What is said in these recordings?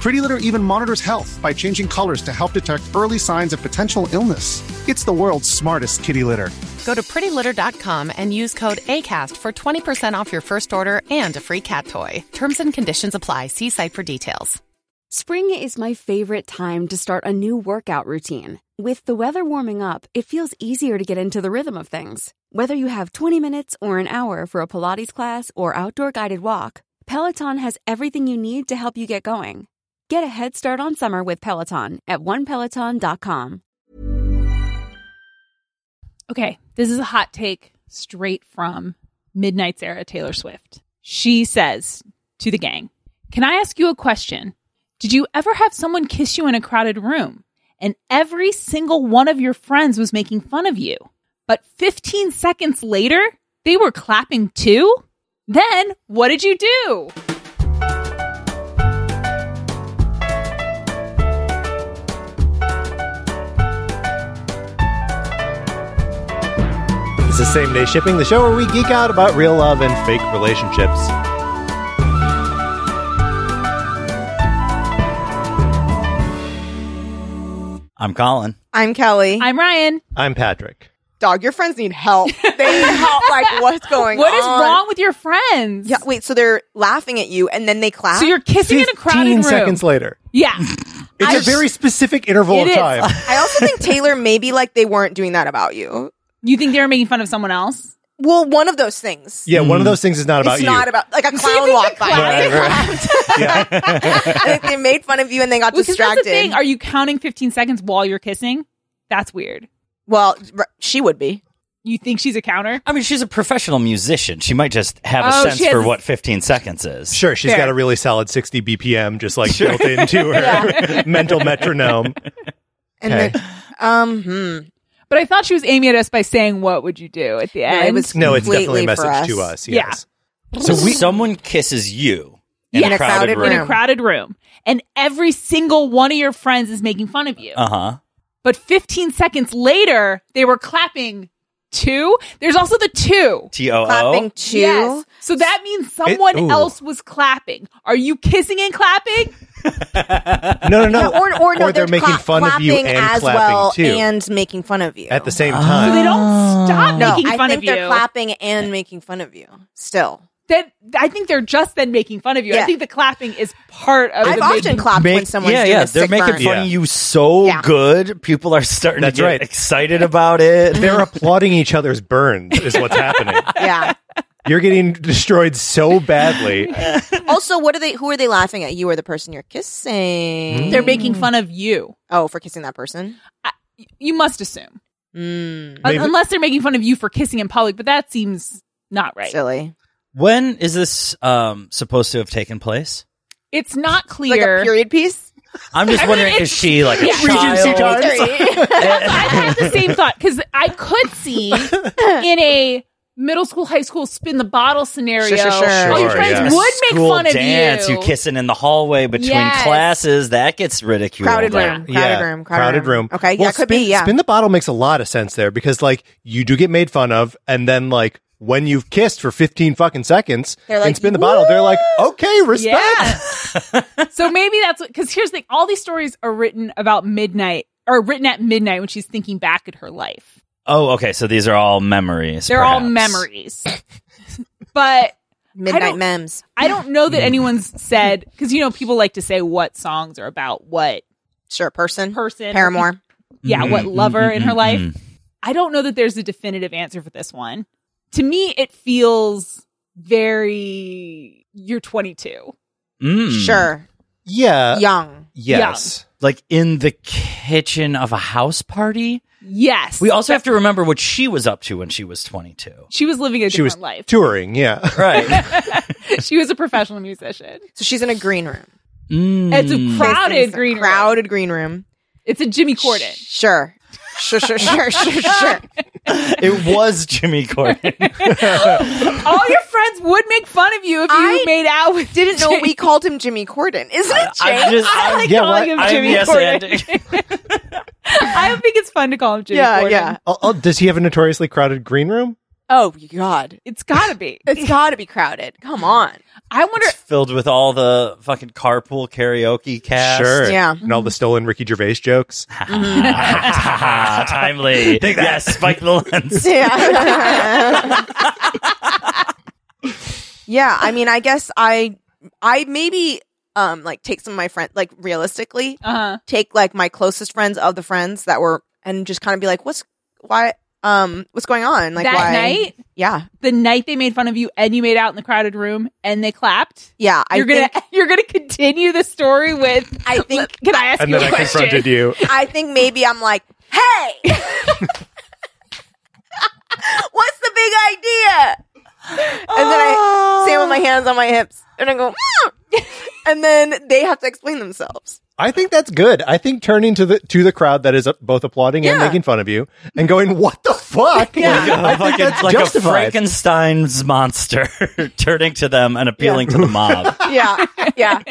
Pretty Litter even monitors health by changing colors to help detect early signs of potential illness. It's the world's smartest kitty litter. Go to prettylitter.com and use code ACAST for 20% off your first order and a free cat toy. Terms and conditions apply. See site for details. Spring is my favorite time to start a new workout routine. With the weather warming up, it feels easier to get into the rhythm of things. Whether you have 20 minutes or an hour for a Pilates class or outdoor guided walk, Peloton has everything you need to help you get going. Get a head start on summer with Peloton at onepeloton.com. Okay, this is a hot take straight from Midnight's era Taylor Swift. She says to the gang, Can I ask you a question? Did you ever have someone kiss you in a crowded room? And every single one of your friends was making fun of you. But 15 seconds later, they were clapping too? Then what did you do? It's the same day shipping, the show where we geek out about real love and fake relationships. I'm Colin. I'm Kelly. I'm Ryan. I'm Patrick. Dog, your friends need help. They need help. Like, what's going What on? is wrong with your friends? Yeah, wait, so they're laughing at you and then they clap? So you're kissing in a crowded 15 room. seconds later. Yeah. It's a very specific interval It of is. time. I also think Taylor maybe like they weren't doing that about you. You think they were making fun of someone else? Well, one of those things. Yeah, one of those things is not about it's you. not about like a So you clown think walk the by. clown- Right, right. I think they made fun of you and they got Well, 'cause distracted. That's the thing. Are you counting 15 seconds while you're kissing? That's weird. well, r- she would be. You think she's a counter? I mean, she's a professional musician. She might just have a Oh, sense she has- for what 15 seconds is. Sure, she's Fair. got a really solid 60 BPM just like built into her mental metronome. And Okay. then, um, hmm. But I thought she was aiming at us by saying, "What would you do?" At the it end, was- No, it's definitely Completely a message for us. to us. Yeah. Yes. So someone kisses you in Yeah. a crowded, In a in a room. crowded room, and every single one of your friends is making fun of you. Uh huh. but 15 seconds later, they were clapping. Two. There's also the two. T O clapping O. too. Yes. So that means someone ooh. else was clapping. Are you kissing and clapping? No, no, no. Or, or, no, they're, making cla- fun of you clapping and as clapping well too and Oh. making fun of you at the same So time. they don't Ah. stop No, Oh. making I fun think of they're you. clapping and making fun of you still. That I think they're just then making fun of you. I Yeah. think the clapping is part of. I've the often making- clapped when Make- someone's yeah, doing yeah. a They're sick making burn. fun Yeah. of you so Yeah. good. People are starting That's to get right. excited about it. They're applauding each other's burns is what's happening. Yeah. You're getting destroyed so badly. also, what are they? Who are they laughing at? You or the person you're kissing? They're making fun of you. oh, for kissing that person. You must assume, Mm, Un- Maybe- unless they're making fun of you for kissing in public. But that seems not right. Silly. When is this um, supposed to have taken place? It's not Like clear. a period piece. I'm just I mean, wondering it's- is she like a Yeah. child? Regency times. I had the same thought because I could see in a middle school, high school spin the bottle scenario. Sure, sure, sure. All your Sure, friends yeah. would make School fun of dance, you. you kissing in the hallway between Yes. classes. That gets ridiculed. Crowded room. Crowded yeah, room. Crowded, room. Okay. Well, yeah, could spin, be. Yeah. Spin the bottle makes a lot of sense there because like you do get made fun of, and then like when you've kissed for 15 fucking seconds They're like, and spin the bottle, they're like, okay, respect. Yeah. so maybe that's what, because here's the thing all these stories are written about midnight or written at midnight when she's thinking back at her life. Oh, okay. So these are all memories. They're all perhaps. memories. but I Midnight don't- memes. I don't know that anyone's said, because, you know, people like to say what songs are about what Sure, person. person. Paramore. yeah, Mhm. what lover in her Mhm, life. mhm. I don't know that there's a definitive answer for this one. To me, it feels very you're 22. Hmm. Mm. Sure. Yeah. Young. Yes. Like in the kitchen of a house party. Yes, We also have to remember what she was up to when she was 22. she was living a She different was life. touring. Yeah. Right. she was a professional musician. So she's in a green room. It's a Hmm. Mm. crowded It's a green room. Crowded green room. It's a Jimmy Corden. Sure. Sure, sure, sure, sure, sure. it was Jimmy Corden. All your friends would make fun of you if you I made out with. Didn't know we called him Jimmy Corden. Isn't it I'm James? just, I'm, like yeah, calling what? him I'm Jimmy yes Corden. and. I think it's fun to call him Jimmy Yeah, Corden. yeah. Oh, oh, does he have a notoriously crowded green room? Oh, God. It's gotta be. It's got to be crowded. Come on. I wonder. It's filled with all the fucking carpool karaoke cast. Sure. Yeah. And all the stolen Ricky Gervais jokes. Timely. Yes, Spike the lens. Yeah. yeah, I mean, I guess I I maybe um like take some of my friends like realistically Uh, take like my closest friends of the friends that were and just kind of be like what's why um what's going on like that why night, yeah the night they made fun of you and you made out in the crowded room and they clapped. yeah I you're gonna think you're gonna continue the story with I think can I ask And you a then I question? confronted you. I think maybe I'm like hey what's the big idea and then I stand with my hands on my hips and I go "Mm." and then they have to explain themselves I think that's good. I think turning to the to the crowd that is uh, both applauding and Yeah. making fun of you and going, "What the fuck?" Yeah. I think that's like a justified. Frankenstein's monster turning to them and appealing to the mob. yeah yeah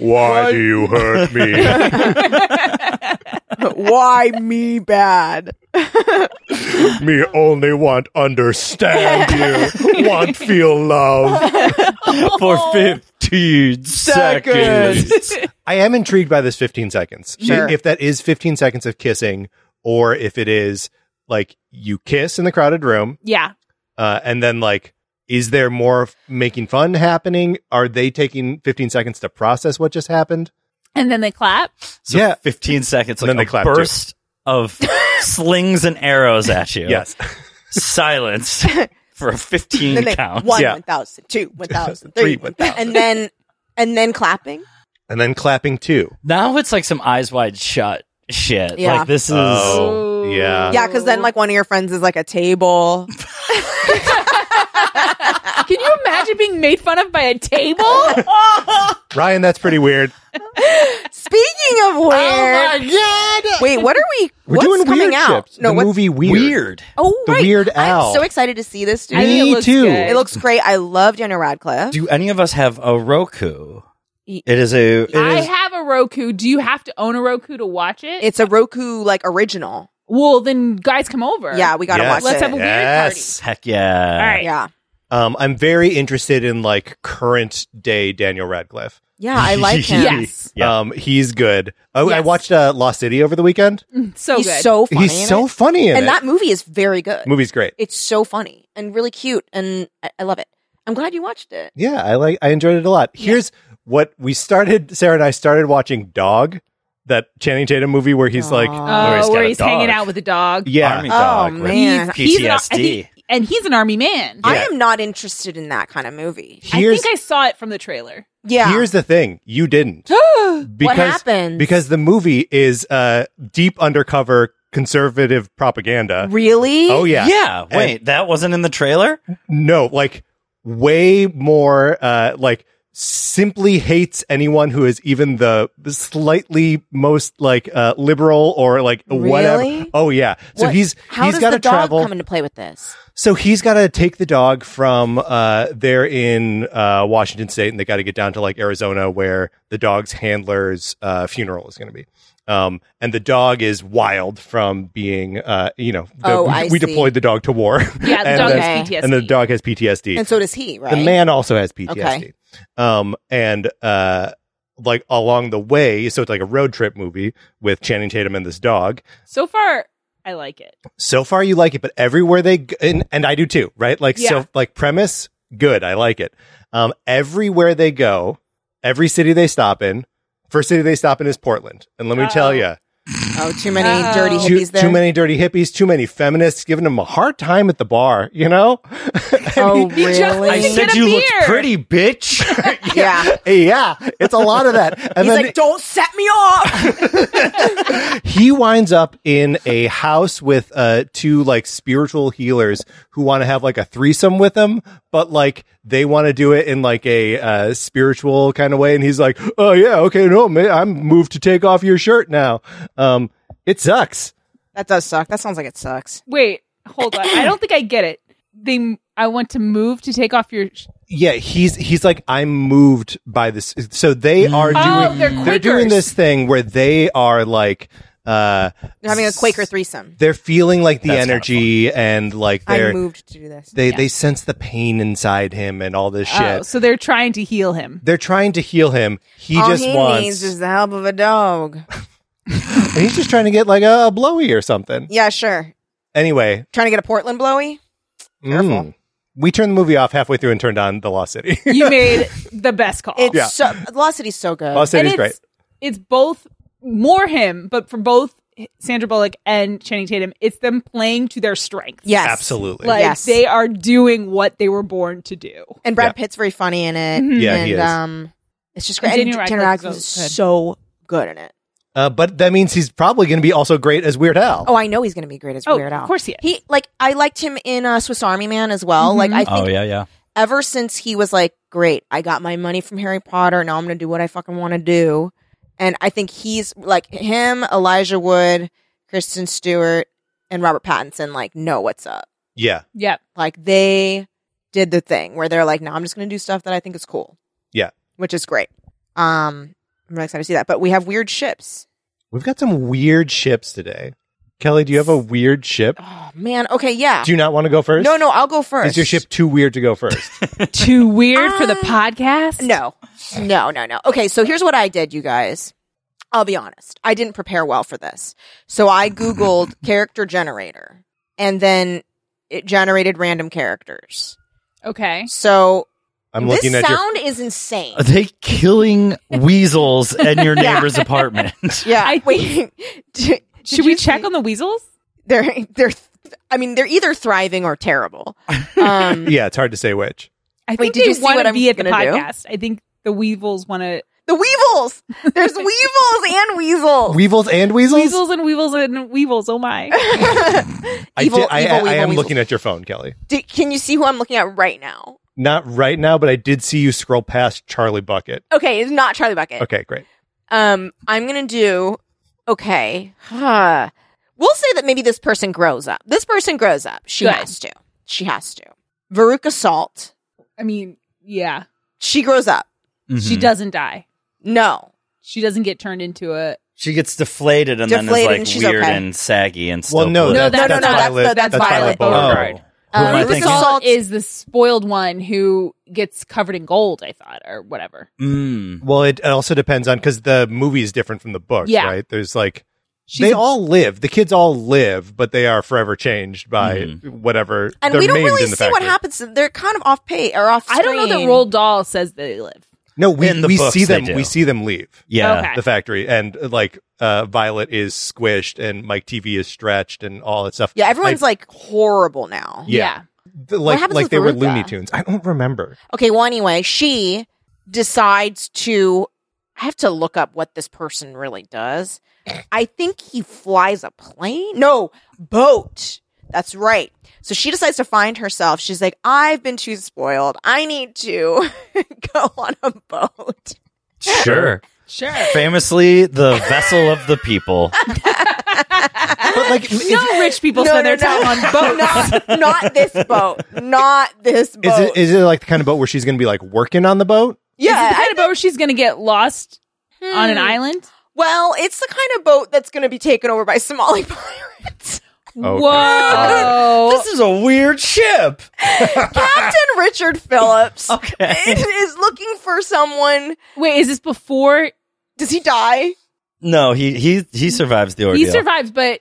Why do you hurt me? why me bad me only want understand you. Want feel love. for 15 seconds. I am intrigued by this 15 seconds. I- Sure. If that is 15 seconds of kissing or if it is like you kiss in the crowded room yeah uh, and then like is there more f- making fun happening? Are they taking 15 seconds to process what just happened? and then they clap So Yeah. 15 seconds, And like then a they clap, too. burst of slings and arrows at you. Yes. Silence for a 15 then they count. one Yeah. one thousand two one thousand Three, three 1,000. and then and then clapping And then clapping too. Now it's like some eyes wide shut shit. Yeah. Like this is. Oh, Ooh. yeah. yeah because then like one of your friends is like a table can you imagine being made fun of by a table Oh Ryan, that's pretty weird. Speaking of weird, god! wait, what are we? Oh We're what's doing coming weird out? chips. the what's- movie Weird. Weird. Oh, The right. Weird I'm Al. so excited to see this. Dude. I think Me it looks too. good. It looks great. I love Daniel Radcliffe. Do any of us have a Roku? Ye- It is a. it I is- have a Roku do you have to own a Roku to watch it It's a Roku like original. well then guys come over Yeah, we gotta Yes. watch Let's it. have a weird Yes. heck yeah. all right yeah, Um, I'm very interested in like current day Daniel Radcliffe. yeah, I like him. yes Yeah. Um, he's good. Oh, I Yes. watched uh, Lost City over the weekend. so he's good so funny. in he's so it. funny in and it. that movie is very good. movie's great. It's so funny and really cute, and I, I love it. I'm glad you watched it. Yeah, I like. I enjoyed it a lot. Here's what we started. Sarah and I started watching Dog, that Channing Tatum movie where he's like, oh Where he's got where a he's hanging dog. out with the dog yeah, Army Oh, dog. with man. PTSD. He's an, I think- and he's an army man I Yeah. am not interested in that kind of movie. I think I saw it from the trailer Yeah, Here's the thing: you didn't. because, happens? Because the movie is uh, deep undercover conservative propaganda. really? Oh yeah, Yeah. And- Wait, that wasn't in the trailer? no, like way more uh, like simply hates anyone who is even the slightly most like uh, liberal or like whatever. Really? Oh yeah. So What- he's how he's does got the to dog travel. come into play with this? So he's got to take the dog from uh, there in uh, Washington State, and they got to get down to like Arizona, where the dog's handler's uh, funeral is going to be. Um, and the dog is wild from being, uh, you know, the, Oh, we, I we see. deployed the dog to war. Yeah, the dog and, uh, Okay. has PTSD. and the dog has PTSD. And so does he, right? The man also has PTSD. Um, and uh, like along the way, so it's like a road trip movie with Channing Tatum and this dog So far, I like it. so far you like it, but everywhere they g- and, and I do too, right? Like Yeah. so, like premise good, I like it. Um, everywhere they go, every city they stop in, first city they stop in is Portland, and let me Uh-oh. tell you, Oh, too many Oh. dirty too, hippies there. too many dirty hippies, too many feminists, giving them a hard time at the bar, you know? Oh, He just really? I Get said a you looked beer. pretty, bitch. yeah. yeah, it's a lot of that. And He's like, don't set me off. he winds up in a house with uh two like spiritual healers who want to have like a threesome with him but like they want to do it in like a uh spiritual kind of way and he's like oh yeah okay no man, i'm moved to take off your shirt now um it sucks that does suck. That sounds like it sucks. Wait, hold on. I don't think I get it. They, I want to move to take off your. Sh- yeah he's he's like i'm moved by this so they are Oh, doing they're they're doing Quakers. this thing where they are like uh They're having a Quaker threesome. they're feeling like the That's kinda energy and like I they're moved to do this. They they sense the pain inside him and all this Oh, shit. so they're trying to heal him. They're trying to heal him. He All just he wants. needs is the help of a dog. and he's just trying to get like a, a blowy or something. Yeah, sure. Anyway, Trying to get a Portland blowy? Careful. mm, we turned the movie off halfway through and turned on The Lost City. You made the best call. It's Yeah. so Lost City's so good. Lost And City's great. It's both more him, but for both Sandra Bullock and Channing Tatum, it's them playing to their strengths. Yes. Absolutely. Like Yes. they are doing what they were born to do. And Brad Yeah. Pitt's very funny in it. Yeah, and, he is. Um, it's just great. Mm-hmm. And And Daniel Daniel Radcliffe's Radcliffe is so good. so good in it. uh, but that means he's probably going to be also great as Weird Al. Oh, I know he's going to be great as Oh, Weird Al. of course he is. He like I liked him in uh, Swiss Army Man as well. Like Mm-hmm. I think oh yeah, yeah. ever since he was like, "Great, I got my money from Harry Potter. Now I'm going to do what I fucking want to do." And I think he's like him, Elijah Wood, Kristen Stewart, and Robert Pattinson. Like, know what's up. yeah, Yep. Like they did the thing where they're like, "Now I'm just going to do stuff that I think is cool." Yeah. which is great. Um, I'm really excited to see that. But we have weird ships. we've got some weird ships today. Kelly, do you have a weird ship? Oh man. Okay. Yeah. Do you not want to go first? no, no. I'll go first. Is your ship too weird to go first? Too weird for the Um, podcast? No, no, no, no. Okay, so here's what I did, you guys. I'll be honest. I didn't prepare well for this. So I Googled character generator and then it generated random characters. Okay. So I'm this looking at your. sound is insane. Are they killing weasels in your neighbor's apartment? Yeah. I wait. Did- Should did we you check see- on the weasels? They're, they're, I mean, they're either thriving or terrible. Um, Yeah, it's hard to say which. I think Wait, did they you see wanna what I'm be at the gonna do? podcast. I think the weevils want to the weevils. There's weevils and weasels. Weevils and weasels. weasels and weevils and weevils. Oh my! I, Evil- did- I, evil, I, I weevil, am weasel. looking at your phone, Kelly. Do- can you see who I'm looking at right now? Not right now, but I did see you scroll past Charlie Bucket. Okay, it's not Charlie Bucket. Okay, great. Um, I'm gonna do okay. Huh. We'll say that maybe this person grows up. This person grows up. She Good. has to. She has to. Veruca Salt. I mean, yeah, She grows up. she Mhm. doesn't die. No. She doesn't get turned into a. She gets deflated and Deflated then and is she's like weird okay. and saggy and still Well, no, blue. No, that's that's, that's not- that's Violet. the- that's Violet Beauregard. Beauregard. Who am I Um, Veruca thinking? Salt is the spoiled one who gets covered in gold. I thought, or whatever. Mm. Well, it also depends on because the movie is different from the book, Yeah. right? There's like She's they a- all live. The kids all live, but they are forever changed by Hmm. whatever. and they're we don't maimed really in the see what factory. happens. to them. They're kind of off pay or off. I don't know that screen. Roald Dahl says they live. No, we In the we books, see they them. do. We see them leave Yeah. Okay. the factory, and uh, like uh, Violet is squished, and Mike TV is stretched, and all that stuff. Yeah, everyone's like horrible now. Yeah. like th- happens like, like with they were Veruca? Looney Tunes. I don't remember. Okay. Well, anyway, she decides to. I have to look up what this person really does. I think he flies a plane. No, boat. That's right. So she decides to find herself. She's like, I've been too spoiled. I need to go on a boat. Sure. Sure. Famously, the vessel of the people. But like, is, No rich people spend their time on boats. Not, not this boat. Not this boat. is it is it like the kind of boat where she's going to be like working on the boat? Is it yeah. the kind of boat where she's going to get lost on an island? well, it's the kind of boat that's going to be taken over by Somali pirates. Okay. Oh. Whoa. this is a weird ship. Captain Richard Phillips Okay. is, is looking for someone. Wait, is this before Does he die? No, he he he survives the ordeal. he survives? But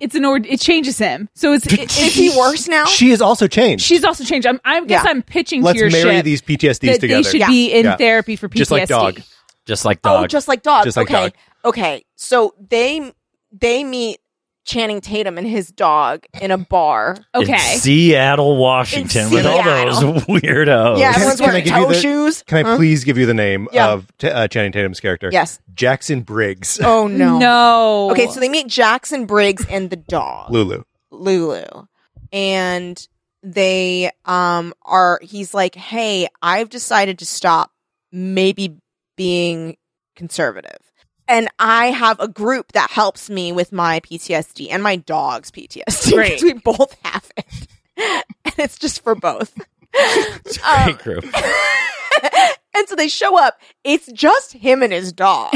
it's an ord. It changes him. So it's. It, Is he worse now? She is also changed. She's also changed. I'm, I guess Yeah. I'm pitching Let's to your marry ship these that PTSDs they together. should be in Yeah. therapy for PTSD. Just like dog. just like Oh, dog. just like dog. Just like okay. dog. Okay. So they they meet Channing Tatum and his dog in a bar. In Okay. Seattle, Washington, In with all Seattle. those weirdos. Yeah, Can- everyone's can I wearing give you toe the- shoes. Can I Huh? please give you the name Yeah. of T- uh, Channing Tatum's character? Yes. Jackson Briggs. Oh no. No. Okay, so they meet Jackson Briggs and the dog. Lulu. Lulu. And they um are he's like, "Hey, I've decided to stop maybe being conservative." And I have a group that helps me with my PTSD and my dog's PTSD. Great. 'cause We both have it. and it's just for both. It's a Um, great group. and so they show up. It's just him and his dog.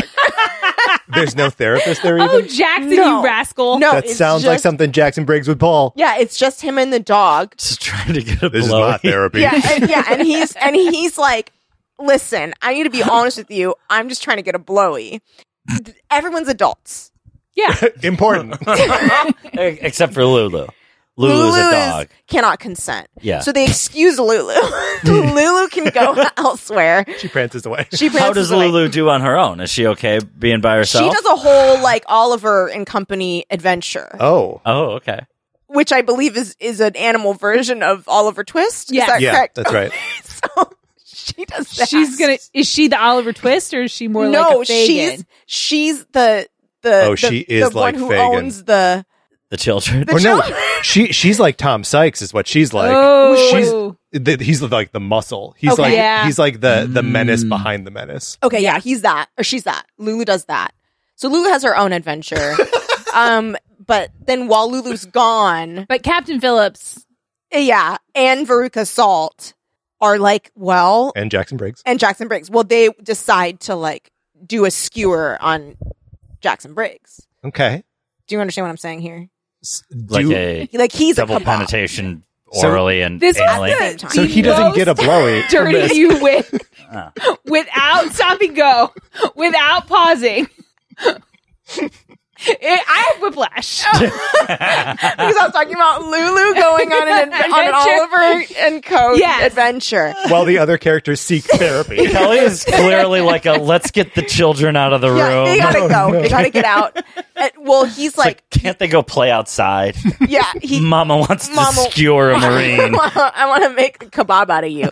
There's no therapist there Oh, even. Jackson, No. you rascal. No, that it's sounds like just- something Jackson Briggs would Paul. Yeah, it's just him and the dog. Just trying to get a This is blow. not therapy. Yeah, and, yeah, and he's and he's like, listen, I need to be honest with you. I'm just trying to get a blowy. Everyone's adults. Yeah. Important. E, Except for Lulu. Lulu is a dog. cannot consent. Yeah. So they excuse Lulu. Lulu can go elsewhere. she prances away. She How does prances away. Lulu do on her own? Is she okay being by She herself? does a whole like Oliver and Company adventure, Oh. Oh, okay. which I believe is is an animal version of Oliver Twist. Yes. Is that yeah, correct? that's right. so she does that. She's gonna. Is she the Oliver Twist or is she more no, like a Fagin? she's she's the the Oh, the- she the is one like who Fagin. owns the The children. The or no, children. she she's like Tom Sykes is what she's like. Oh. She's th- he's like the muscle. He's Okay. like Yeah. he's like the the menace Mm. behind the menace. Okay, yeah, he's that or she's that. Lulu does that. So Lulu has her own adventure. um but then while Lulu's gone, But Captain Phillips. yeah, and Veruca Salt are like, well, And Jackson Briggs. and Jackson Briggs. Well, they decide to like do a skewer on Jackson Briggs. Okay. Do you understand what I'm saying here? S- like do- a Like he's double a kebab. penetration So- orally and This was anally. At the the, same so the he doesn't get a most blowy. from dirty this. you with Ah. without stop and go, without pausing. It- I have whiplash. because I was talking about Lulu going on an, adve- on an Adventure. Oliver and Co. Yes. adventure. While the other characters seek therapy. Kelly is clearly like a let's get the children out of the Yeah, room. they gotta go. They gotta get out. And- well, he's It's like, like, can't they go play outside? yeah, he. Mama wants Mama- to skewer a marine. I want to make a kebab out of you,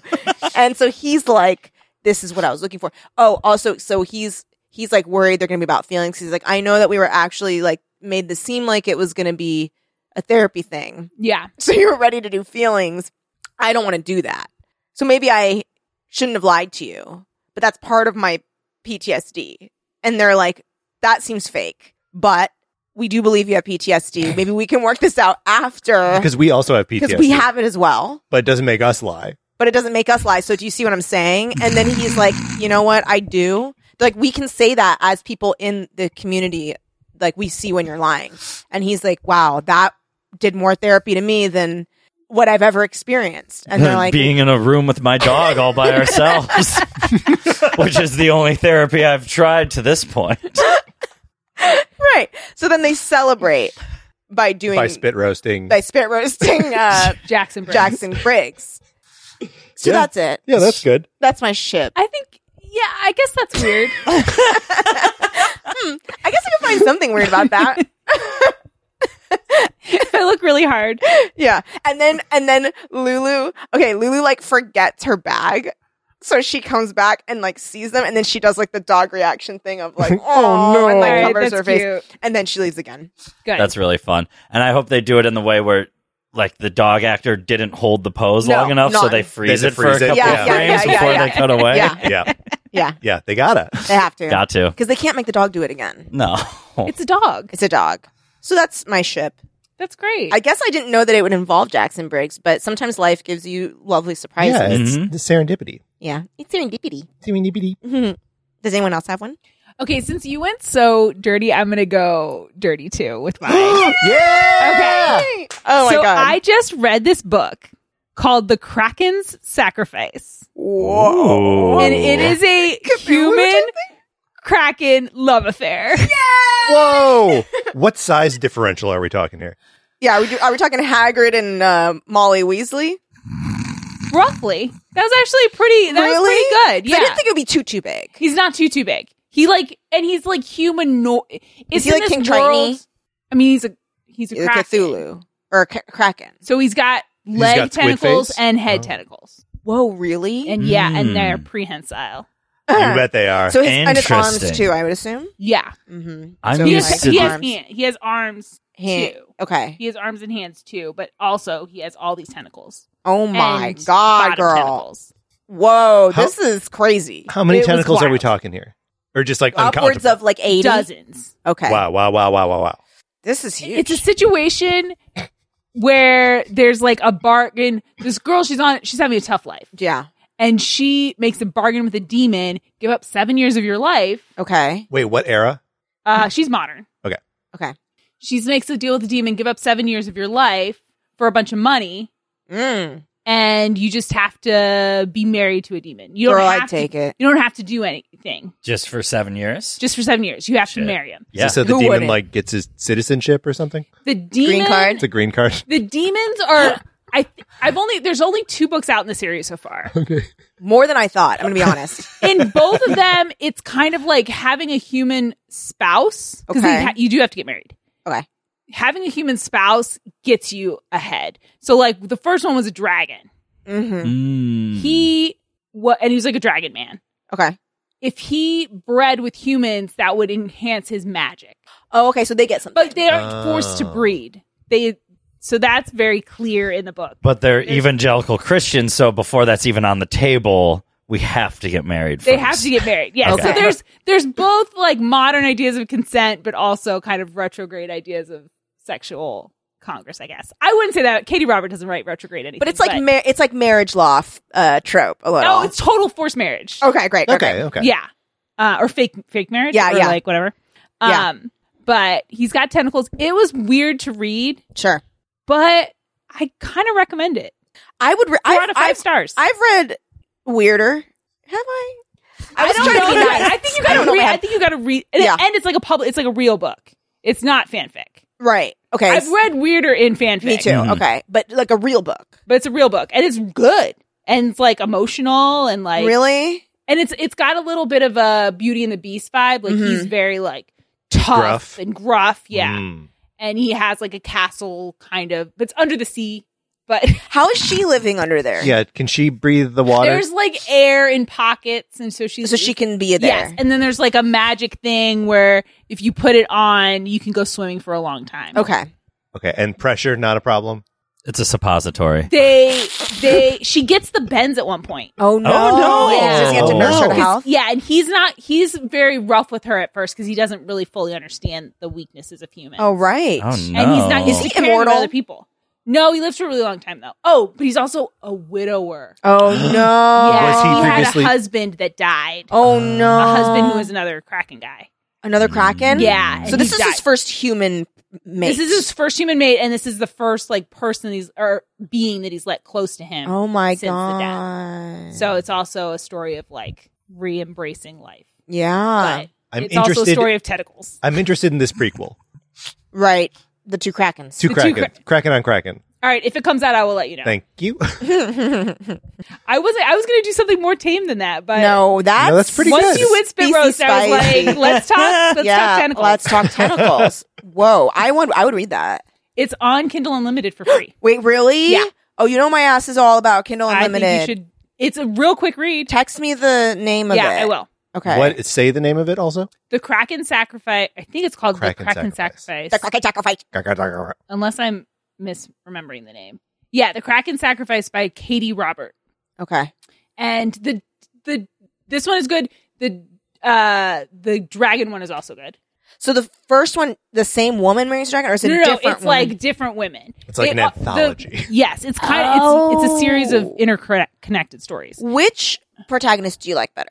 and so he's like, "This is what I was looking for." Oh, also, so he's he's like worried they're gonna be about feelings. He's like, "I know that we were actually like made this seem like it was gonna be a therapy thing, yeah. so you were ready to do feelings. I don't want to do that. So maybe I shouldn't have lied to you, but that's part of my PTSD. And they're like, that seems fake, but we do believe you have PTSD. Maybe we can work this out after because we also have because PTSD. we have it as well, but it doesn't make us lie. but it doesn't make us lie. So do you see what I'm saying? And then he's like, you know what? I do. They're like, we can say that as people in the community, like we see when you're lying. And he's like, wow, that did more therapy to me than what I've ever experienced. And they're like, being in a room with my dog all by ourselves, which is the only therapy I've tried to this point. Right. So then they celebrate by doing By spit roasting. by spit roasting uh, Jackson Briggs. Jackson Briggs. So Yeah. that's it. yeah, that's good. That's my ship. I think. Yeah, I guess that's weird. Hmm. I guess I could find something weird about that. if I look really hard. yeah. And then and then Lulu. Okay, Lulu like forgets her bag. So she comes back and like sees them, and then she does like the dog reaction thing of like, oh no. and like All right, covers that's her face, cute. and then she leaves again. Good. That's really fun. And I hope they do it in the way where like the dog actor didn't hold the pose No, long enough, so not- they freeze They it for a freeze it, couple yeah. Yeah, of yeah, frames yeah, before yeah. they cut away. Yeah. Yeah. Yeah, Yeah. They gotta. they have to. Got to. Because they can't make the dog do it again. No. It's a dog. It's a dog. So that's my ship. That's great. I guess I didn't know that it would involve Jackson Briggs, but sometimes life gives you lovely surprises. Yeah, it's Mhm. the serendipity. Yeah. It's serendipity. Serendipity. Mhm. Does anyone else have one? okay, since you went so dirty, I'm gonna go dirty too with mine. yeah. okay. Oh my so god. I just read this book called The Kraken's Sacrifice. Ooh. And it is a human kraken love affair. Whoa. what size differential are we talking here? yeah, are we, do- are we talking Hagrid and uh, Molly Weasley? Roughly. That was actually pretty that really? was pretty good. 'Cause Yeah. I didn't think it would be too too big. he's not too too big. He like and he's like humanoid. It's he in like this King world- Tritony? I mean he's a he's a Either kraken. Cthulhu or a K- Kraken. So he's got He's leg got squid tentacles face? and head Oh. tentacles. Whoa, really? And yeah, and they're Mm. prehensile. You bet they Hmm. are. Uh-huh. so his and his arms Interesting. too, I would assume. Yeah. Mm-hmm. I'm So He used has, to he, the- has, arms. hand- he has arms Hand- too. Okay. He has arms and hands too, but also he has all these tentacles. Oh my And god, bottom girl! Tentacles. Whoa, How- this is crazy. How many It was tentacles are we wild. talking here? Or just like Upwards uncountable? of like eighty. Dozens. Okay. Wow, wow, wow, wow, wow, wow. This is huge. It's a situation where there's like a bargain. This girl, she's on she's having a tough life. yeah. And she makes a bargain with a demon, give up seven years of your life. Okay. Wait, what era? Uh, she's modern. Okay. Okay. She makes a deal with the demon, give up seven years of your life for a bunch of money, Mm. and you just have to be married to a demon. You don't Girl, have I'd to, take it. You don't have to do anything. just for seven years. Just for seven years, you have Shit. to marry him. yeah. So the Who demon wouldn't? like gets his citizenship or something? The demon. Green card. It's a green card. The demons are. I th- I've only there's only two books out in the series so far. More than I thought. I'm gonna be honest. In both of them, it's kind of like having a human spouse because Okay. you do have to get married. Okay. Having a human spouse gets you ahead. So like the first one was a dragon. hmm Mm. He what and he was like a dragon man. Okay. If he bred with humans, that would enhance his magic. Oh, okay. So they get something. But they aren't forced to Oh. breed. They so that's very clear in the book. but they're evangelical Christians, so before that's even on the table, we have to get married. They first. have to get married. Yeah. So Okay. there's there's both like modern ideas of consent, but also kind of retrograde ideas of sexual congress. I guess I wouldn't say that Katie Robert doesn't write retrograde anything, but it's like mar- it's like marriage law f- uh, trope a little. no, Oh, it's total forced marriage. Oh, okay. Great. Okay, okay. Yeah. Uh, or fake fake marriage. Yeah, or yeah. Like whatever. Um, Yeah. But he's got tentacles. It was weird to read, Sure. but I kind of recommend it. I would. Re- 4 I've, out of 5 I've- stars. I've read weirder. Have I? I was don't trying to be know. nice. I think you I got don't to know read. if I I have- think you got to read. And, Yeah. and it's like a public. It's like a real book. It's not fanfic. Right. Okay. I've read weirder in fanfic. Me too. Mhm. Okay, but like a real book. but it's a real book and it's good and it's like emotional and like really? and it's it's got a little bit of a Beauty and the Beast vibe. Like Mhm. he's very like tough Gruff. and gruff, yeah. Mm. And he has like a castle kind of, but it's under the sea. But How is she living under there? Yeah. Can she breathe the water? there's like air in pockets, and so she's So she can be there. Yes, and then there's like a magic thing where if you put it on, you can go swimming for a long time. okay. okay. And pressure, not a problem. It's a suppository. They they she gets the bends at one point. Oh no! no. Yeah. Does he have to Oh, nurse her no. to health? Yeah, and he's not he's very rough with her at first because he doesn't really fully understand the weaknesses of humans. Oh right. Oh no! And he's not used to Is he caring about immortal? other people. No, he lives for a really long time though. Oh, but he's also a widower. Oh no! Yes, Was he, he had previously- a husband that died. Oh no! a husband who was another Kraken guy. another kraken. Yeah. Mm. So and this he is died. his first human mate. This is his first human mate, and this is the first like person he's or being that he's let close to him. Oh my since the god! So it's also a story of like re embracing life. yeah, but I'm it's also a interested. story of tentacles. I'm interested in this prequel. right. The two krakens. Two The two Kraken. Kra- Kraken on Kraken. All right, if it comes out, I will let you know. Thank you. I was I was gonna do something more tame than that, but no, that's No, that's pretty once good. you went spit Spicy roast, I was spicy. like, let's talk, let's yeah, talk tentacles. let's talk tentacles. Whoa, I want. I would read that. It's on Kindle Unlimited for free. Wait, really? Yeah. Oh, you know my ass is all about Kindle Unlimited. I think you should. It's a real quick read. Text me the name of yeah, it. I will. Okay. What? Say the name of it also. The Kraken Sacrifice. I think it's called Kraken the Kraken Sacrifice. Sacrifice. The Kraken sacrifice. Unless I'm misremembering the name. Yeah, the Kraken sacrificed by Katie Robert. Okay. And the the this one is good. The uh the dragon one is also good. So the first one, the same woman marries a dragon, or is it no, a no, no, different it's woman? like different women. It's like an uh, the- anthology. yes, it's kind of it's, it's a series of Oh. interconnected stories. Which protagonist do you like better?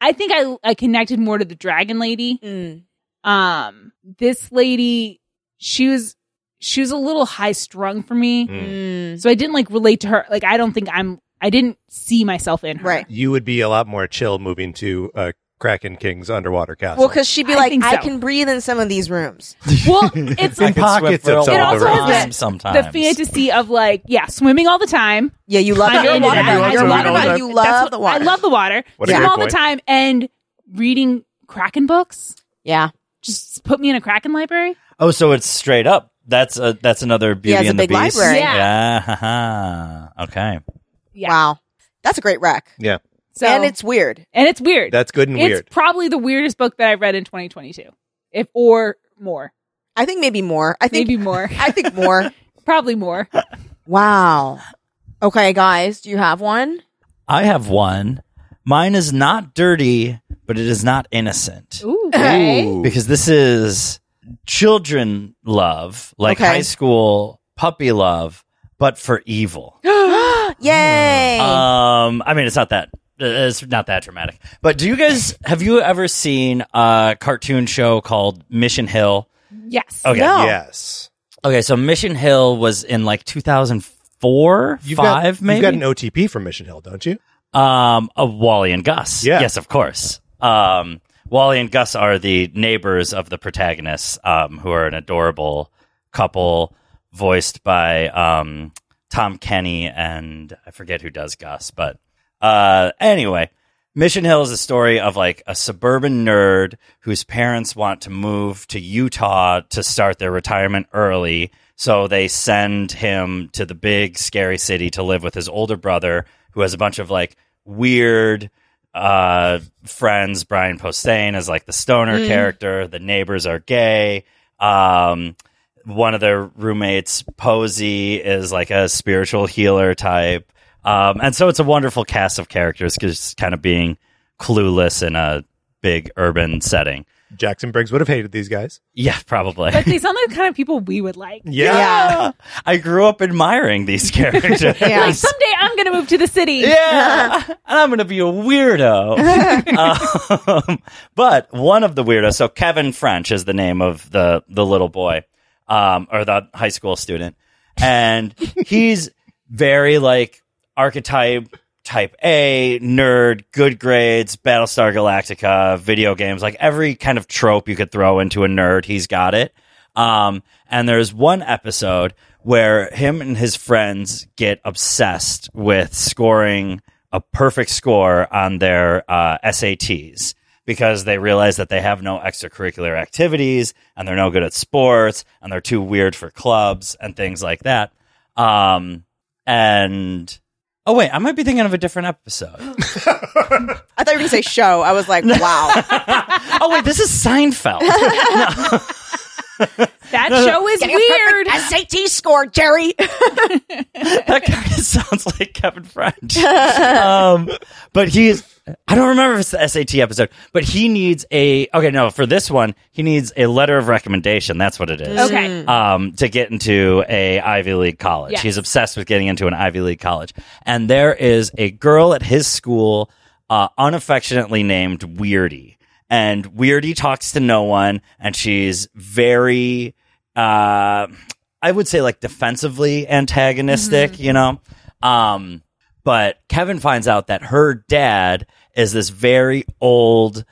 I think I I connected more to the dragon lady. Mm. Um this lady she was she was a little high strung for me. Hmm. Mm. So I didn't like relate to her. Like I don't think I'm I didn't see myself in her. Right. You would be a lot more chill moving to uh, Kraken King's underwater castle. Well, because she'd be I like, think I so. can breathe in some of these rooms. Well, it's I could pockets of it some also All the has the, rhymes sometimes. the fantasy of like, yeah, swimming all the time. Yeah, you love I'm the into water. that. I You're a love water it. guy. That's You That's love what- the water. I love the water. What a swim good all point. the time and reading Kraken books. Yeah. Just put me in a Kraken library. Oh, so it's straight up. That's a that's another Beauty it's a and the big Beast. library. Yeah. Yeah. haha. Okay. Yeah. Wow. That's a great rec. yeah, So and it's weird. and it's weird. that's good and it's weird. probably the weirdest book that I've read in 2022, if or more, I think maybe more. I think maybe more, I think more. probably more. wow. Okay, guys, do you have one? I have one. Mine is not dirty, but it is not innocent. Ooh, okay. Ooh. Because this is children love, like Okay. high school puppy love, but for evil. Yay. Uh, Um, I mean, it's not that. It's not that dramatic. But do you guys have you ever seen a cartoon show called Mission Hill? yes. Okay. No. Yes, Okay. So Mission Hill was in like 2004, five, got, maybe. You've got an OTP from Mission Hill, don't you? Um, of Wally and Gus. Yeah. Yes, of course. Um, Wally and Gus are the neighbors of the protagonists, um, who are an adorable couple voiced by um, Tom Kenny and I forget who does Gus, but uh, anyway, Mission Hill is a story of like a suburban nerd whose parents want to move to Utah to start their retirement early. So they send him to the big, scary city to live with his older brother, who has a bunch of like weird uh, friends. Brian Posehn is like the stoner character. The neighbors are gay. Um, one of their roommates, Posey, is like a spiritual healer type. Um, and so it's a wonderful cast of characters because kind of being clueless in a big urban setting. Jackson Briggs would have hated these guys. Yeah, probably. But they sound like the kind of people we would like. yeah. I grew up admiring these characters. Yeah. Like someday I'm gonna move to the city. Yeah, and I'm going to be a weirdo. um, but one of the weirdos, so Kevin French is the name of the the little boy, um, or the high school student, and he's very like archetype type A nerd, good grades, Battlestar Galactica, video games, like every kind of trope you could throw into a nerd, he's got it. Um, and there's one episode where him and his friends get obsessed with scoring a perfect score on their uh, SATs. because they realize that they have no extracurricular activities and they're no good at sports and they're too weird for clubs and things like that. Um, and oh wait, I might be thinking of a different episode. I thought you were going to say show. I was like, wow. oh wait, this is Seinfeld. That show is weird. SAT score, Jerry. that kind of sounds like Kevin French. um, but he's, I don't remember if it's the SAT episode, but he needs a, okay, no, for this one, he needs a letter of recommendation. That's what it is. Okay. Um, to get into a Ivy League college. Yes. He's obsessed with getting into an Ivy League college. And there is a girl at his school, uh, unaffectionately named Weirdy. And Weirdy talks to no one, and she's very, uh, I would say like defensively antagonistic, you know? Um, but Kevin finds out that her dad is this very old,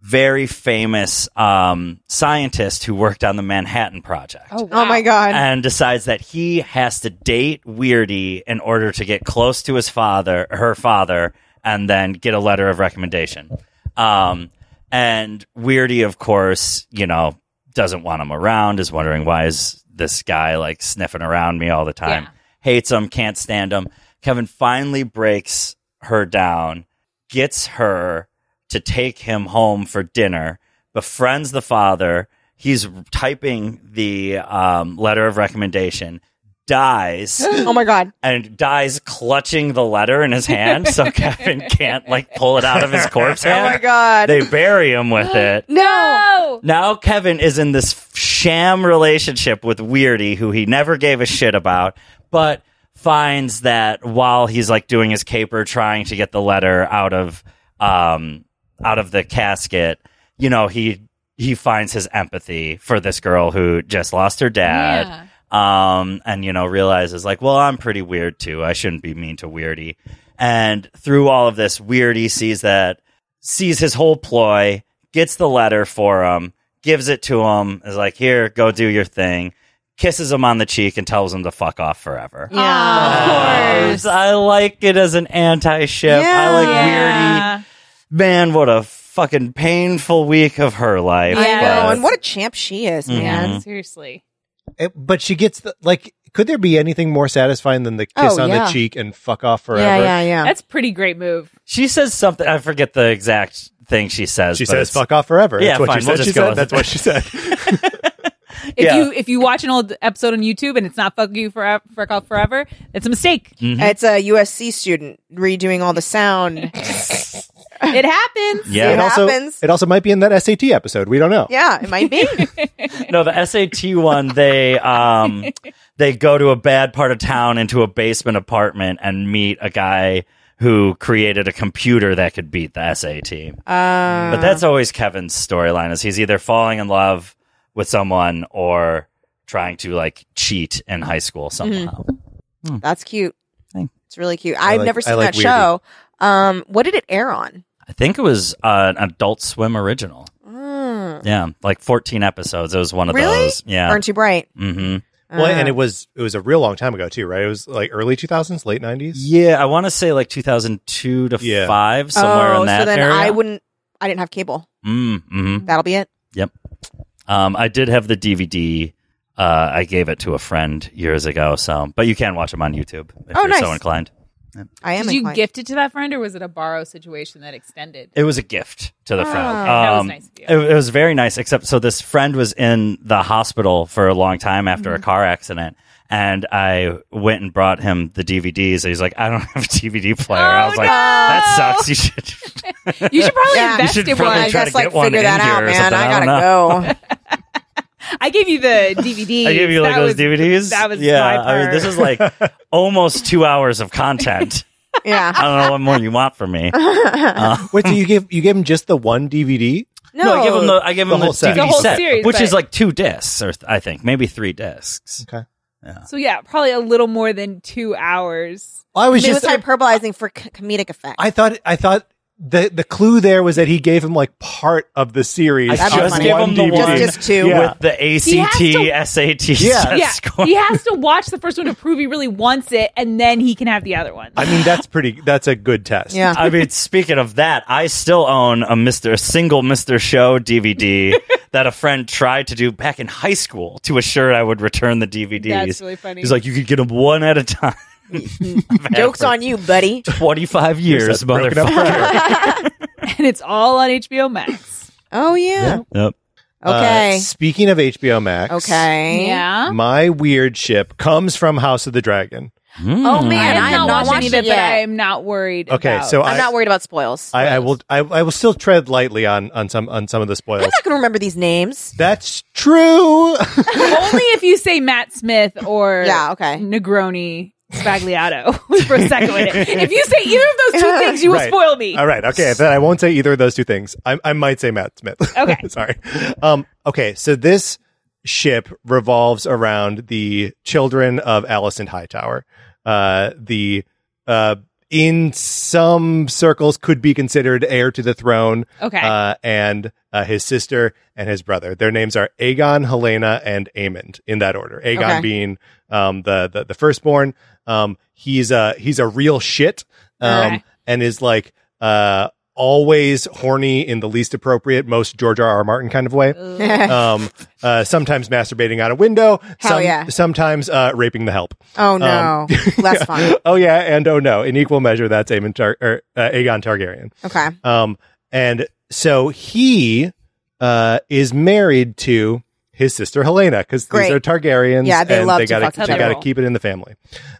very famous um, scientist who worked on the Manhattan Project Oh my God. and decides that he has to date Weirdy in order to get close to his father, her father, and then get a letter of recommendation. Um, and Weirdy, of course, you know, doesn't want him around, is wondering why is this guy like sniffing around me all the time, Yeah. hates him, can't stand him. Kevin finally breaks her down, gets her to take him home for dinner, befriends the father. He's typing the um, letter of recommendation, dies, oh my God. and dies clutching the letter in his hand so Kevin can't like pull it out of his corpse hand. Oh my God. They bury him with it. no. Now Kevin is in this sham relationship with Weirdy, who he never gave a shit about, but finds that while he's like doing his caper, trying to get the letter out of um out of the casket, you know he he finds his empathy for this girl who just lost her dad Yeah. um, and you know realizes like, well, I'm pretty weird too. I shouldn't be mean to Weirdy. And through all of this, Weirdy sees that sees his whole ploy, gets the letter for him, gives it to him, is like, here, go do your thing, kisses him on the cheek, and tells him to fuck off forever. Oh, Of course. I like it as an anti-ship. I like Weirdy. Yeah. Man, what a fucking painful week of her life. I know, but- Oh, and what a champ she is, Mm-hmm. man. Mm-hmm. Yeah, seriously. It- but she gets the, like, could there be anything more satisfying than the kiss Oh, on yeah. the cheek and fuck off forever? Yeah, yeah, yeah. That's pretty great move. She says something. I forget the exact thing she says. She but says it's- fuck off forever. Yeah, That's what fine, she we'll said. She just go said with that's it. what she said. If Yeah. you if you watch an old episode on YouTube and it's not fuck you forever, fuck off forever, it's a mistake. Mm. It's a USC student redoing all the sound. It happens. Yeah. It it also happens. it also might be in that SAT episode. We don't know. yeah, it might be. no, the SAT one, they um they go to a bad part of town into a basement apartment and meet a guy who created a computer that could beat the SAT. Um, but that's always Kevin's storyline is he's either falling in love with someone or trying to like cheat in high school somehow. That's cute. Thank- It's really cute. I've like- never I seen like that show. Um, what did it air on? I think it was uh, an adult swim original. Yeah, like 14 episodes. It was one of Really? those. Yeah. Mm. Aren't too bright. mhm. Well, Uh. and it was it was a real long time ago too, right? It was like early 2000s, late 90s. Yeah, I want to say like 2002 to Yeah. 5 somewhere oh, in that so then area. I wouldn't. I didn't have cable. Mm, hmm That'll be it. Um, I did have the DVD. Uh, I gave it to a friend years ago. So, but you can watch them on YouTube if Oh, you're so nice. inclined. I am. Did you inclined. gift it to that friend or was it a borrow situation that extended? It was a gift to the friend. Ah. Oh, That was Um, nice of you. It, it was very nice. Except, so this friend was in the hospital for a long time after Mm-hmm. a car accident. And I went and brought him the DVDs. And he's like, I don't have a DVD player. I Oh, was like, no. that sucks. You should You should probably Yeah. You invest should in probably one. I try to guess like get one figure in that here out, or man. something. I I don't gotta go. I gave you the DVD. I gave you like that those was, DVDs. That was yeah. my part. I mean, this is like almost two hours of content. I yeah. don't know what more you want from me. Wait, so you gave you gave him just the one DVD? No. I give him the I give The him the whole set. DVD The whole set, series, which but- is like two discs, or th- I think maybe three discs. Okay. so yeah, probably a little more than two hours. I was it was uh, just hyperbolizing for c- comedic effect. I thought I thought the the clue there was that he gave him like part of the series. I That'd be on just funny. gave one him the DVD. one Just- just two. Yeah. with the ACT He SAT Yeah. set yeah, score. he has to watch the first one to prove he really wants it, and then he can have the other one. I mean, that's pretty. That's a good test. Yeah. I mean, speaking of that, I still own a Mister a single Mister Show DVD that a friend tried to do back in high school to assure I would return the DVDs. That's really funny. He's like, you could get them one at a time. I've had Jokes for on you, buddy. 25 years, That's broken up motherfucker. and it's all on HBO Max. Oh yeah. Yep. Uh, Okay. speaking of HBO Max, okay. Yeah. my weird ship comes from House of the Dragon. Hmm? Oh man, I have not, watched watched any of it, but yet. I am not worried. Okay, about- so I'm I, not worried about spoils. I, I will. I, I will still tread lightly on on some on some of the I'm spoils. not gonna remember these names. That's true. only if you say Matt Smith or Yeah, okay. Negroni Spagliato with prosecco in it. If you say either of those two things, you will Right. spoil me. All right. Okay. Then I won't say either of those two things. I, I might say Matt Smith. Okay. Sorry. Um, okay. So this ship revolves around the children of Alice and Hightower. Uh, the, uh, in some circles could be considered heir to the throne. Okay. Uh, and uh, his sister and his brother. Their names are Aegon, Helena, and Aemond in that order. Aegon Okay. being um, the, the the firstborn. Um, he's a he's a real shit. Um, Okay. and is like uh always horny in the least appropriate, most George R. R. Martin kind of way. Mm-hmm. um, uh, sometimes masturbating out a window. Hell yeah. Sometimes uh, raping the help. Oh no, less fun. Oh Um, yeah, and oh no, in equal measure, that's Aemon Tar- or, uh, Aegon Targaryen. Okay. Um, and so he uh, is married to his sister Helena because these Great. are Targaryens. Yeah, they and love they to gotta, fuck each They other. got to keep it in the family.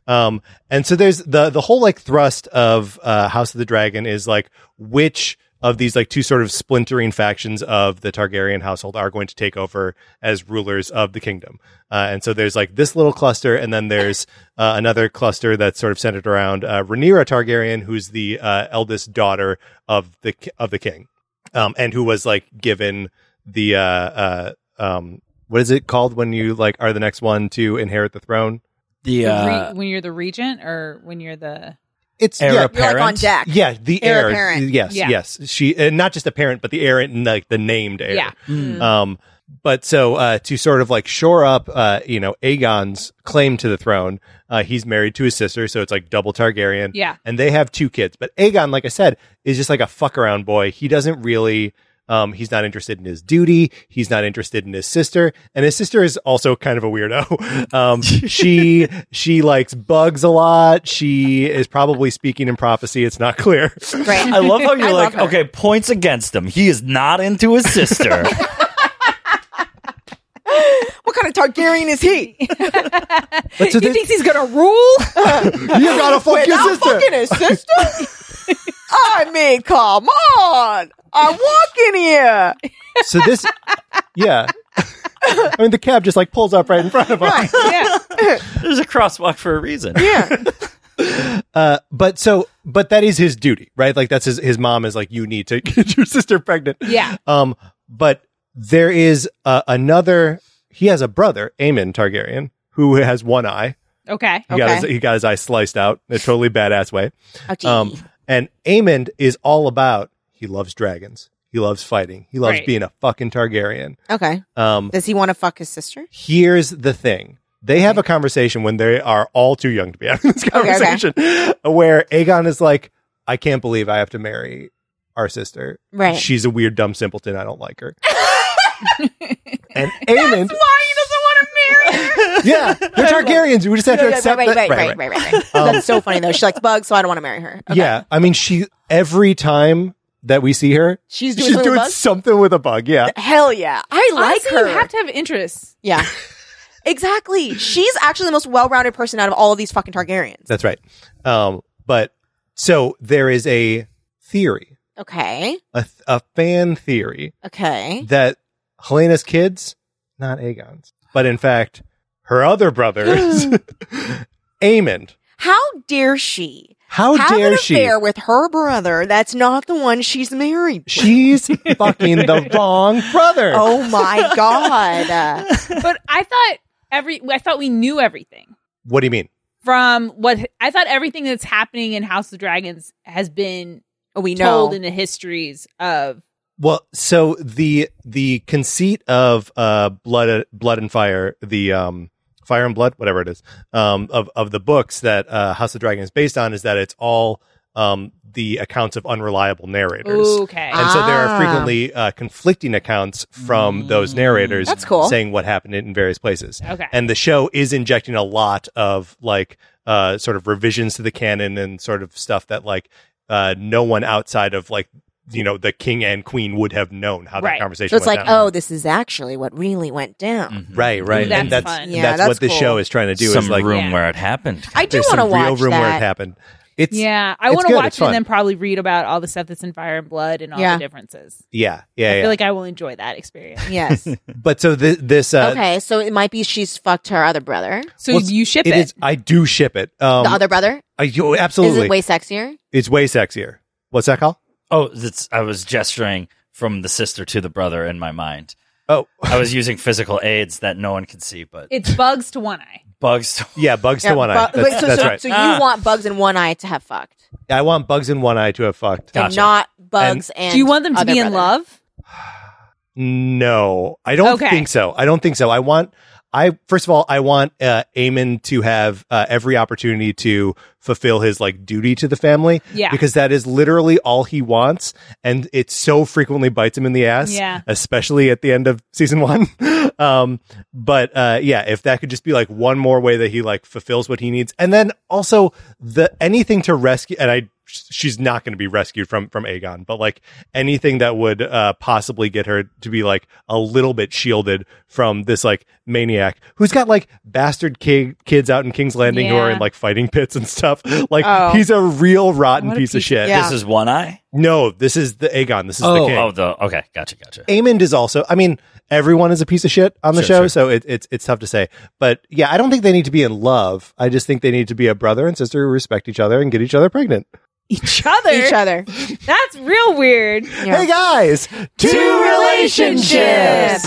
Um, and so there's the the whole like thrust of uh, House of the Dragon is like which of these like two sort of splintering factions of the Targaryen household are going to take over as rulers of the kingdom. Uh, and so there's like this little cluster, and then there's uh, another cluster that's sort of centered around uh, Rhaenyra Targaryen, who's the uh, eldest daughter of the ki- of the king, um, and who was like given the uh, uh, um, what is it called when you like are the next one to inherit the throne? The The re- uh, when you're the regent or when you're the It's Heir yeah, apparent. You're like on Parent? deck. yeah, the Heir heir. apparent. Yes, Yeah. yes. She and not just the parent, but the heir and like the named heir. yeah. Um, but so uh, to sort of like shore up, uh, you know, Aegon's claim to the throne, uh, he's married to his sister, so it's like double Targaryen. Yeah. and they have two kids. But Aegon, like I said, is just like a fuck around boy. He doesn't really. Um, he's not interested in his duty. He's not interested in his sister, and his sister is also kind of a weirdo. Um, she she likes bugs a lot. She is probably speaking in prophecy. It's not clear. Great. I love how you're I like, love her. okay, points against him. He is not into his sister. What kind of Targaryen is he? But he so this- thinks he's gonna rule. you gotta fuck your Without sister. fucking his sister? I mean, come on. I'm walking here. So this, yeah. I mean, the cab just like pulls up right in front of us. yeah. There's a crosswalk for a reason. Yeah. Uh, but so, but that is his duty, right? Like that's his his mom is like, you need to get your sister pregnant. Yeah. Um, but there is uh, another. He has a brother, Aemon Targaryen, who has one eye. Okay. He got Okay. his he got his eye sliced out in a totally badass way. Ouchie. Um, and Aemon is all about. He loves dragons. He loves fighting. He loves Right. being a fucking Targaryen. okay. Um, Does he want to fuck his sister? here's the thing. They have a conversation when they are all too young to be having this okay. conversation uh, where Aegon is like, I can't believe I have to marry our sister. Right. She's a weird, dumb simpleton. I don't like her. and Aemon, yeah, they're Targaryens. We just have to Right, accept right, that. Um, right, right, right, right, right. That's so funny though. She likes bugs, so I don't want to marry her. Okay. Yeah. I mean, she, every time that we see her, she's doing, she's something with doing bugs? something with a bug. Yeah. Hell yeah, I like Honestly, her. You have to have interests. yeah, exactly. She's actually the most well-rounded person out of all of these fucking Targaryens. That's right. Um, but so there is a theory, Okay, a, th- a fan theory okay. that Helena's kids, not Aegon's, but in fact, her other brothers, Aemon. How dare she? How have dare an she? affair with her brother? That's not the one she's married. to. She's fucking the wrong brother. Oh my god. Uh, But I thought every I thought we knew everything What do you mean? from what I thought everything that's happening in House of Dragons has been Oh, we know. told in the histories of Well, so the the conceit of uh blood blood and fire, the um fire and blood, whatever it is, um of of the books that uh House of Dragon is based on is that it's all um the accounts of unreliable narrators. okay And so there Ah. are frequently uh, conflicting accounts from those narrators That's cool. saying what happened in various places. okay And the show is injecting a lot of like uh, sort of revisions to the canon and sort of stuff that like uh, no one outside of like you know the king and queen would have known how Right. that conversation. so it's went like, down. Mm. oh, this is actually what really went down. right, right, That's and that's fun. and Yeah, that's, that's what the cool. show is trying to do Some is like room Yeah. where it happened. I do there's want to some watch real room that. where it happened. It's yeah, yeah i it's want to good, watch it's it and fun. then probably read about all the stuff that's in fire and blood and all Yeah. the differences yeah, yeah. i feel like i will enjoy that experience Yes. but so th- this uh, okay, so it might be she's fucked her other brother. so Well, you ship it it, is. I do ship it. Um, the other brother? I, you- Is absolutely, it way sexier? it's way sexier. What's that called? Oh, that's, I was gesturing from the sister to the brother in my mind. Oh, I was using physical aids that no one could see, but it's bugs to one eye bugs. To- yeah, bugs to one eye. bu- That's, wait, so, that's so, right. so Ah. you want bugs in one eye to have fucked. I want bugs in one eye to have fucked. And not bugs and, do you want them to other be in brother. love No, I don't Okay. think so. I don't think so. I want. I first of all, I want uh, Eamon to have uh, every opportunity to fulfill his like duty to the family. Yeah. because that is literally all he wants, and it so frequently bites him in the ass. Yeah. especially at the end of season one. um, but uh, yeah, if that could just be like one more way that he like fulfills what he needs, and then also the anything to rescue, and I she's not going to be rescued from from Aegon, but like anything that would uh, possibly get her to be like a little bit shielded from this like maniac who's got like bastard ki- kids out in King's Landing who are Yeah. in like fighting pits and stuff. Like Oh. he's a real rotten What a piece, of piece- shit. Yeah. This is one eye. No, this is the Aegon. This is the oh, king. oh, the okay, gotcha, gotcha. Amond is also. I mean, everyone is a piece of shit on the Sure, show, sure. so it, it's it's tough to say. But yeah, I don't think they need to be in love. I just think they need to be a brother and sister who respect each other and get each other pregnant. each other Each other. that's real weird Yeah. Hey guys, two, relationships.